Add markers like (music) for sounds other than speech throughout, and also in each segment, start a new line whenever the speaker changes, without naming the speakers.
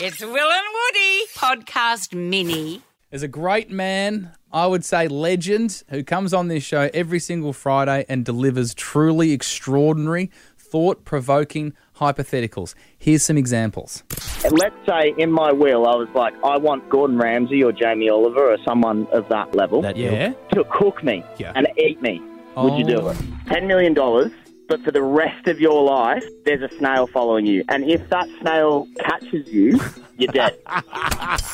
It's Will and Woody podcast mini.
There's a great man, I would say legend, who comes on this show every single Friday and delivers truly extraordinary, thought provoking hypotheticals. Here's some examples.
Let's say in my will, I was like, I want Gordon Ramsay or Jamie Oliver or someone of that level
Yeah?
to cook me
Yeah.
and eat me. Would you do
Oh.
it? $10 million, but for the rest of your life, there's a snail following you. And if that snail catches
(laughs)
you, you're dead.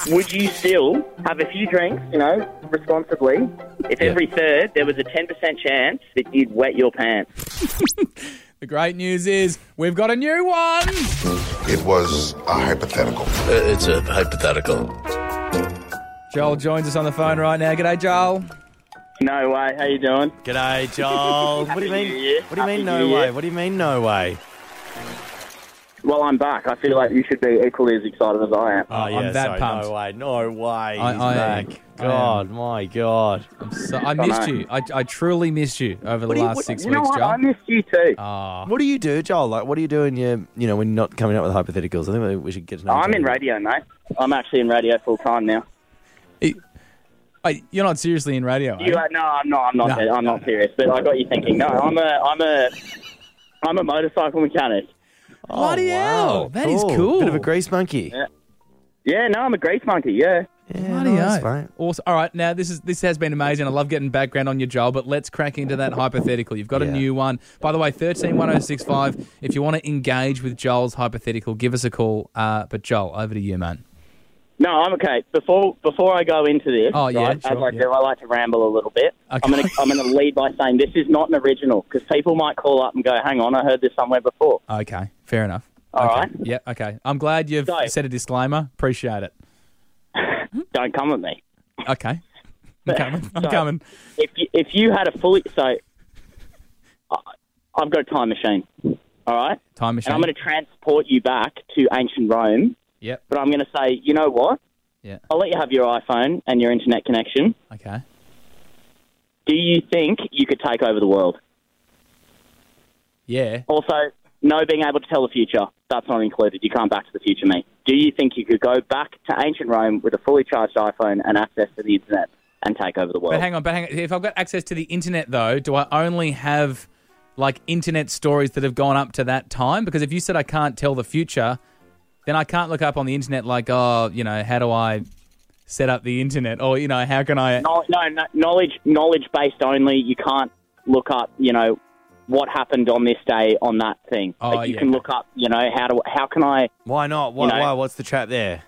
Would you still have a few drinks, you know, responsibly? If
Yeah.
every third there was a 10% chance that you'd wet your pants?
The great news is we've got a new one.
It was a hypothetical.
Uh, It's a hypothetical.
Joel joins us on the phone right now. G'day, Joel.
No way. How you doing?
G'day, Joel. what do you
Happy New Year.
mean? What do you
Happy New
mean, no
Year.
way? What do you mean, no way?
Well, I'm back. I feel like you should be equally as excited as I am.
Oh,
I'm
yeah,
that
sorry,
pumped.
No way, no way.
I-
He's
I am.
back.
I
God, my God.
I'm so, I missed you. I, I truly missed you over the
do you-
last
what-
six
You know
weeks,
what? I
Joel.
missed you too.
Oh,
What do you do, Joel? Like, what do you do when you, you know, when you're not coming up with hypotheticals? I think we- we should get to know.
I'm
each
in
other.
radio, mate. I'm actually in radio full time now.
I- you're not seriously in radio, are
You
you?
are, no, I'm not. I'm not.
No,
I'm not serious. But I got you thinking. No, I'm a. I'm a. I'm a motorcycle mechanic.
Oh,
Bloody
wow.
hell, that is
Bit of
cool.
a grease monkey.
Yeah. Yeah, no, I'm a grease monkey. Yeah.
Yeah,
Bloody
nice,
hell.
mate.
Awesome. All right, now this is this has been amazing. I love getting background on your Joel, but let's crack into that hypothetical. You've got a
Yeah.
new one, by the way. Thirteen one zero six five. If you want to engage with Joel's hypothetical, give us a call. Uh, but Joel, over to you, man.
No, I'm okay. Before before I go into this,
Oh, yeah,
right,
sure,
as I do,
yeah.
I like to ramble a little bit.
Okay.
I'm gonna I'm gonna lead by saying this is not an original because people might call up and go, "Hang on, I heard this somewhere before."
Okay, fair enough.
All
okay.
right.
Yeah. Okay. I'm glad you've
So-
said a disclaimer. Appreciate it.
Don't come at me. (laughs)
Okay. I'm coming. I'm
So-
coming.
If you, if you had a fully so, I- I've got a time machine. All right.
Time machine.
And I'm going to transport you back to ancient Rome,
Yep.
but I'm going to say, you know what?
Yeah.
I'll let you have your iPhone and your internet connection.
Okay.
Do you think you could take over the world?
Yeah.
Also, no being able to tell the future. That's not included. You can't back to the future me. Do you think you could go back to ancient Rome with a fully charged iPhone and access to the internet and take over the world?
Oh.
But hang on. But hang on. If I've got access to the internet, though, do I only have like internet stories that have gone up to that time? Because if you said I can't tell the future, then I can't look up on the internet like, oh, you know, how do I set up the internet, or you know, how can I?
No, no, no knowledge knowledge based only. You can't look up, you know, what happened on this day on that thing.
Oh,
Like, you
yeah.
can look up, you know, how do how can I?
Why not? Why,
You know-
why? What's the trap there?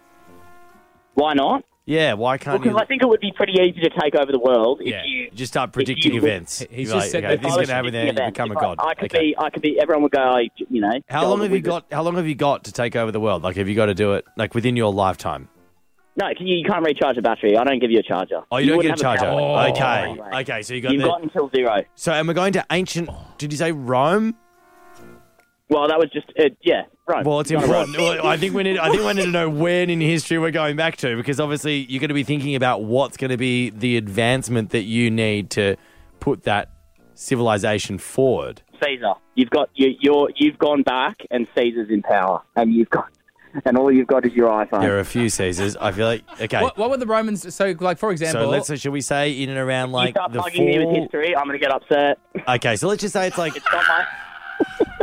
Why not?
Yeah, why can't
Because
you
I think it would be pretty easy to take over the world if
Yeah.
you.
just start predicting
you-
events?
He- he's
You're
just
like,
said
okay,
that-
this
I
is
was
going to happen. There,
predicting
you
events.
become a
If I-
god.
I, could
Okay.
be. I could be. Everyone would go. I, you know.
How
Joel
long
the
have you
Wizard.
got? How long have you got to take over the world? Like, have you got to do it like within your lifetime?
No, you, you can't recharge a battery. I don't give you a charger.
Oh, you, don't
wouldn't
get a
have
charger. Oh,
power bank
okay,
anyway.
okay. So you got
You've
the,
got until zero.
So, and we're going to ancient. Did you say Rome?
Well, that was just uh, yeah. Right.
Well, it's
You've got a
important. Well, I think we need. I think we need to know when in history we're going back to, because obviously you're going to be thinking about what's going to be the advancement that you need to put that civilization forward.
Caesar. You've got you, you're you've gone back, and Caesar's in power, and you've got, and all you've got is your iPhone.
There are a few Caesars. I feel like okay.
What, what were the Romans? So, like for example,
So let's. Should we say in and around
you
like
start
the
bugging me with
fall?
history, I'm going to get upset.
Okay, so let's just say
(laughs)
it's like
It's not my.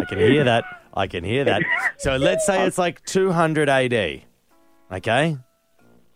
I can hear that. I can hear that. So let's say it's like 200 AD. Okay?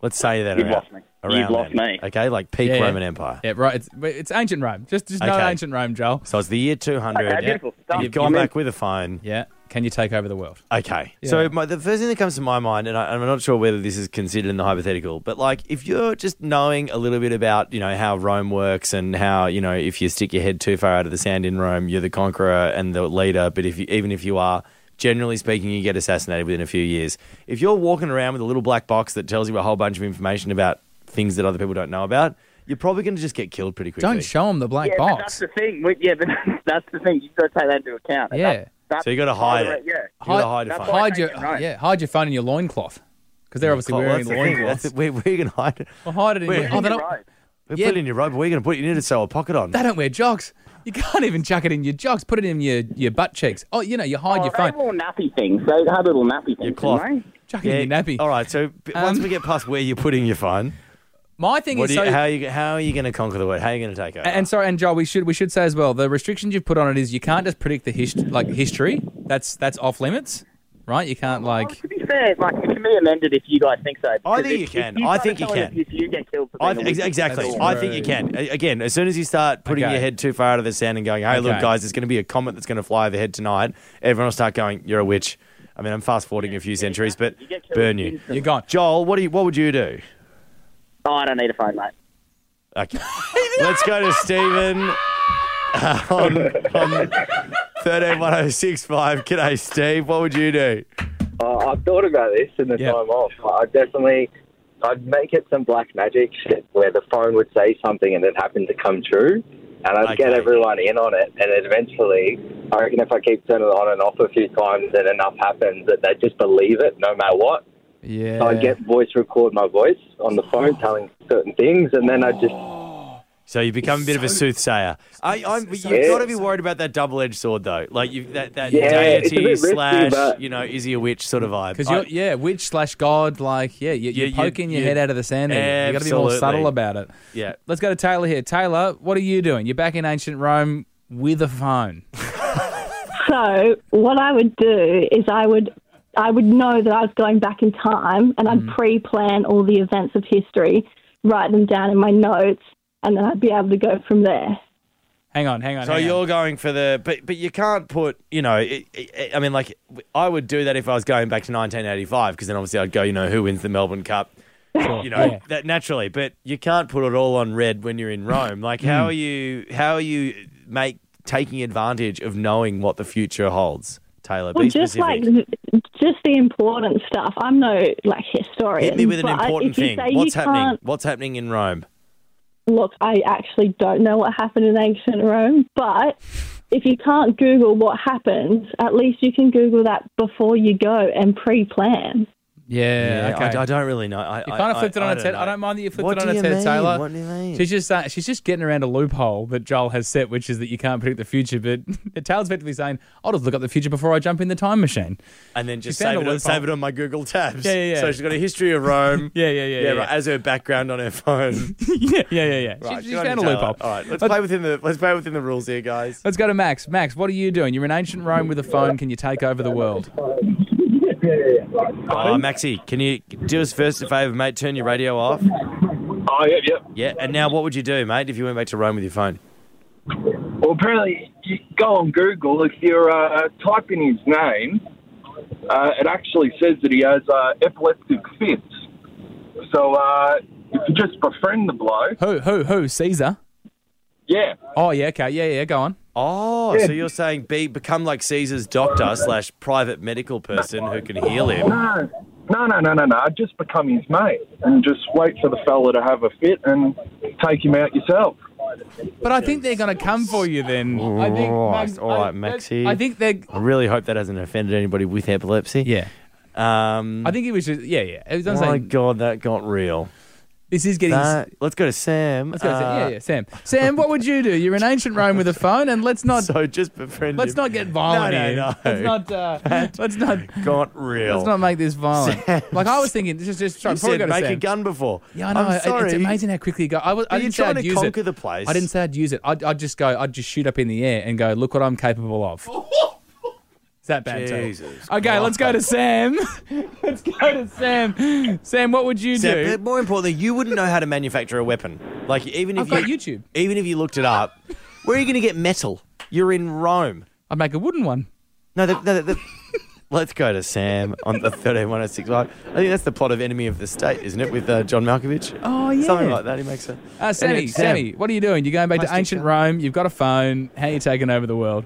Let's say that
You've
around,
lost me. You've
around
lost
then.
me.
Okay, like peak
Yeah.
Roman Empire.
yeah, right. It's, but it's ancient Rome. Just, just know
Okay.
ancient Rome, Joel.
So it's the year 200.
Okay, beautiful stuff.
You've gone
I'm in.
back with a phone.
Yeah. Can you take over the world?
Okay.
Yeah.
So my, the first thing that comes to my mind, and I, I'm not sure whether this is considered in the hypothetical, but like if you're just knowing a little bit about you know how Rome works and how you know if you stick your head too far out of the sand in Rome, you're the conqueror and the leader. But if you, even if you are generally speaking, you get assassinated within a few years. If you're walking around with a little black box that tells you a whole bunch of information about things that other people don't know about, you're probably going to just get killed pretty quickly.
Don't show them the black
Yeah, but that's
box.
the thing. We- Yeah, but (laughs) that's the thing. You've got to take that into account.
Yeah.
That's- that's
So you gotta
part of
hide it.
Yeah.
You gotta hide
That's
your phone.
why-
hide your
Ancient Rome.
yeah, hide your phone in your loincloth because they're obviously
Well,
wearing
that's the thing.
loincloth.
That's the- Where, where are you going to hide it?
Well, hide it in
Where-
your. Oh, they,
You're
don't,
right.
We
Yeah.
put it in your robe. We're going to put it in to sew a pocket on.
they don't wear jocks. You can't even chuck it in your jocks. Put it in your, your butt cheeks. Oh, you know, you hide
Oh,
your
they have
phone.
little nappy things. They have little nappy things.
cloth.
don't they?
Chuck it in your nappy.
All right. So b- once we get past where you're putting
(laughs)
your phone,
My thing
what
is
do you,
so,
how are you how are you going to conquer the word? How are you going to take over?
And and sorry, and Joel, we should we should say as well the restrictions you've put on it is you can't just predict the hist- like history. That's that's off limits, right? You can't like.
To be fair, like it can be amended if you guys think so.
I
Because
think
if-
you can.
if try
I
to
think you
tell it
can.
If you get killed, for
I
being
th-
a witch,
exactly.
That's
I think you
true.
can. A- Again, as soon as you start putting
Okay.
your head too far out of the sand and going, "Hey, look,
Okay.
guys, it's going to be a comet that's going to fly overhead tonight," everyone will start going, "You're a witch." I mean, I'm fast forwarding a few centuries, but
You get killed
burn you,
instantly.
You're gone.
Joel. What do you? What would you do?
Oh, I don't need a phone, mate.
(laughs)
Okay. Let's go to
(laughs)
Stephen um, uh, on, on 131065. G'day, Steve. What would you do?
Uh, I've thought about this in the
Yeah.
time off. I definitely, I'd make it some black magic shit where the phone would say something and it happened to come true, and I'd get
Okay.
everyone in on it. And eventually, I reckon if I keep turning it on and off a few times, and enough happens that they just believe it no matter what.
Yeah.
So I'd get voice record my voice on the phone telling certain things, and then I'd just
Oh.
So you become a bit of a soothsayer. I, I'm, you've
Yeah.
got to be worried about that double-edged sword, though. Like you, that that
Yeah, it's a bit
deity
risky,
slash,
but-
you know, is he a witch sort of vibe?
Because
I-
you're, yeah, witch slash god, like, yeah, you, you're
Yeah, you-
poking your
you-
head out of the sand. Here. you got to be more
Absolutely.
subtle about it.
yeah.
Let's go to Taylor here. Taylor, what are you doing? You're back in ancient Rome with a phone.
So what I would do is I would I would know that I was going back in time and I'd
Mm.
pre-plan all the events of history, write them down in my notes, and then I'd be able to go from there.
Hang on, hang on.
So
hang on.
you're going for the, but but you can't put, you know, it, it, I mean, like I would do that if I was going back to 1985, because then obviously I'd go, you know, who wins the Melbourne Cup, you know,
yeah.
that naturally. But you can't put it all on red when you're in Rome. Like, how
Hmm.
are you? How are you make taking advantage of knowing what the future holds, Taylor?
Well,
be
just
specific.
like just the important stuff. I'm no like historian.
Hit me with an
but
important
if you
thing.
say
What's
you
happening?
can't-
What's happening in Rome?
Look, I actually don't know what happened in ancient Rome, but if you can't Google what happens, at least you can Google that before you go and pre-plan.
yeah, okay.
I, I don't really know. I,
You
I-
kind of
I-
flipped it on
I
its head. I
know.
don't mind that you flipped
What
it on
do
its
you
head,
mean?
Taylor.
What do you mean?
She's just uh, she's just getting around a loophole that Joel has set, which is that you can't predict the future. But (laughs) Taylor's effectively saying, "I'll just look up the future before I jump in the time machine." (laughs)
and then just
found
save
a
it, on,
loophole.
save it on my Google tabs.
Yeah, yeah, yeah.
So she's got a history of Rome.
(laughs) Yeah, yeah, yeah, yeah,
right,
yeah.
as her background on her phone.
(laughs) yeah, yeah, yeah, yeah.
Right,
she,
good
she's
on
found a
you, Taylor.
loophole.
All right, let's play within the let's play within the rules here, guys.
Let's go to Max. Max, what are you doing? You're in ancient Rome with a phone. Can you take over the world?
Oh, Maxi, can you do us first a favour, mate? Turn your radio off.
oh yeah yeah.
Yeah, and now what would you do, mate, if you went back to Rome with your phone?
Well, apparently, you go on Google. If you uh, type in his name, uh, it actually says that he has uh, epileptic fits. So uh, if you just befriend the bloke,
Who, who, who? Caesar.
yeah,
Oh yeah, okay, yeah, yeah. Go on.
Oh, so you're saying be become like Caesar's doctor slash private medical person who can heal him?
no, no, no, no, no, no. Just become his mate and just wait for the fella to have a fit and take him out yourself.
But I think they're going to come for you then. I think,
Alright, alright,
I-
Maxi.
I think they're.
I really hope that hasn't offended anybody with epilepsy.
Yeah,
Um,
I think he was just. Yeah, yeah. It was, I'm
my
saying
God, that got real.
this is getting.
That- let's go to Sam.
Let's go. Sam.
Uh,
yeah, yeah, Sam. Sam, what would you do? You're
(laughs)
in ancient Rome with a phone, and let's not
Uh, So just befriend
let's
him.
not get violent.
No, no,
here.
no.
Let's not.
(laughs)
Uh, let's not.
Got real.
Let's not make this violent. Like I was thinking, this is just try.
you
before we
said
go to
make a
Sam.
gun before.
Yeah, I know.
I'm
It-
sorry.
It's amazing how quickly you go. I, was, I
Are you
didn't say
trying
I'd
to
use
conquer
it.
the place?
I didn't say I'd use it. I'd, I'd just go. I'd just shoot up in the air and go. Look what I'm capable
(laughs)
of. Is that bad? Taylor?
Jesus
Okay, let's go to Sam. (laughs) let's go to Sam. Sam, what would you
Sam,
do?
but more importantly, you wouldn't know how to manufacture a weapon. Like even if
I've
you
got YouTube.
even if you looked it up, where are you going to get metal? You're in Rome.
I'd make a wooden one.
No,
Ah.
the, no, the, (laughs) the- let's go to Sam on the thirteen one zero six five. I think that's the plot of Enemy of the State, isn't it? With uh, John Malkovich.
Oh, yeah.
something like that. He makes a
Uh, Sammy,
Anyway, Sam.
Sammy, what are you doing? You're going back to
Plastic
ancient
gun.
Rome. You've got a phone. How are you taking over the world?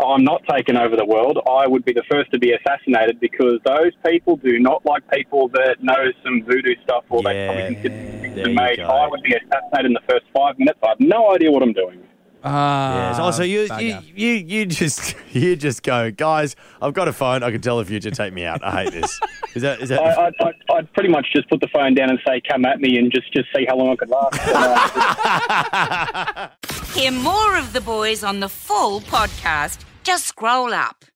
I'm not taking over the world. I would be the first to be assassinated because those people do not like people that know some voodoo stuff or they
Yeah,
probably consider
there
themselves
you
a mage.
go.
I would be assassinated in the first five minutes. I have no idea what I'm doing.
Ah,
Yes. Oh, so you, you
bugger.
you you just (laughs) you just go, guys. I've got a phone. I can tell the future. Take me out. I hate this. Is that is (laughs) that?
I, I'd, I'd, I'd pretty much just put the phone down and say, "Come at me," and just just see how long I could last. uh,
Hear more of the boys on the full podcast. Just scroll up.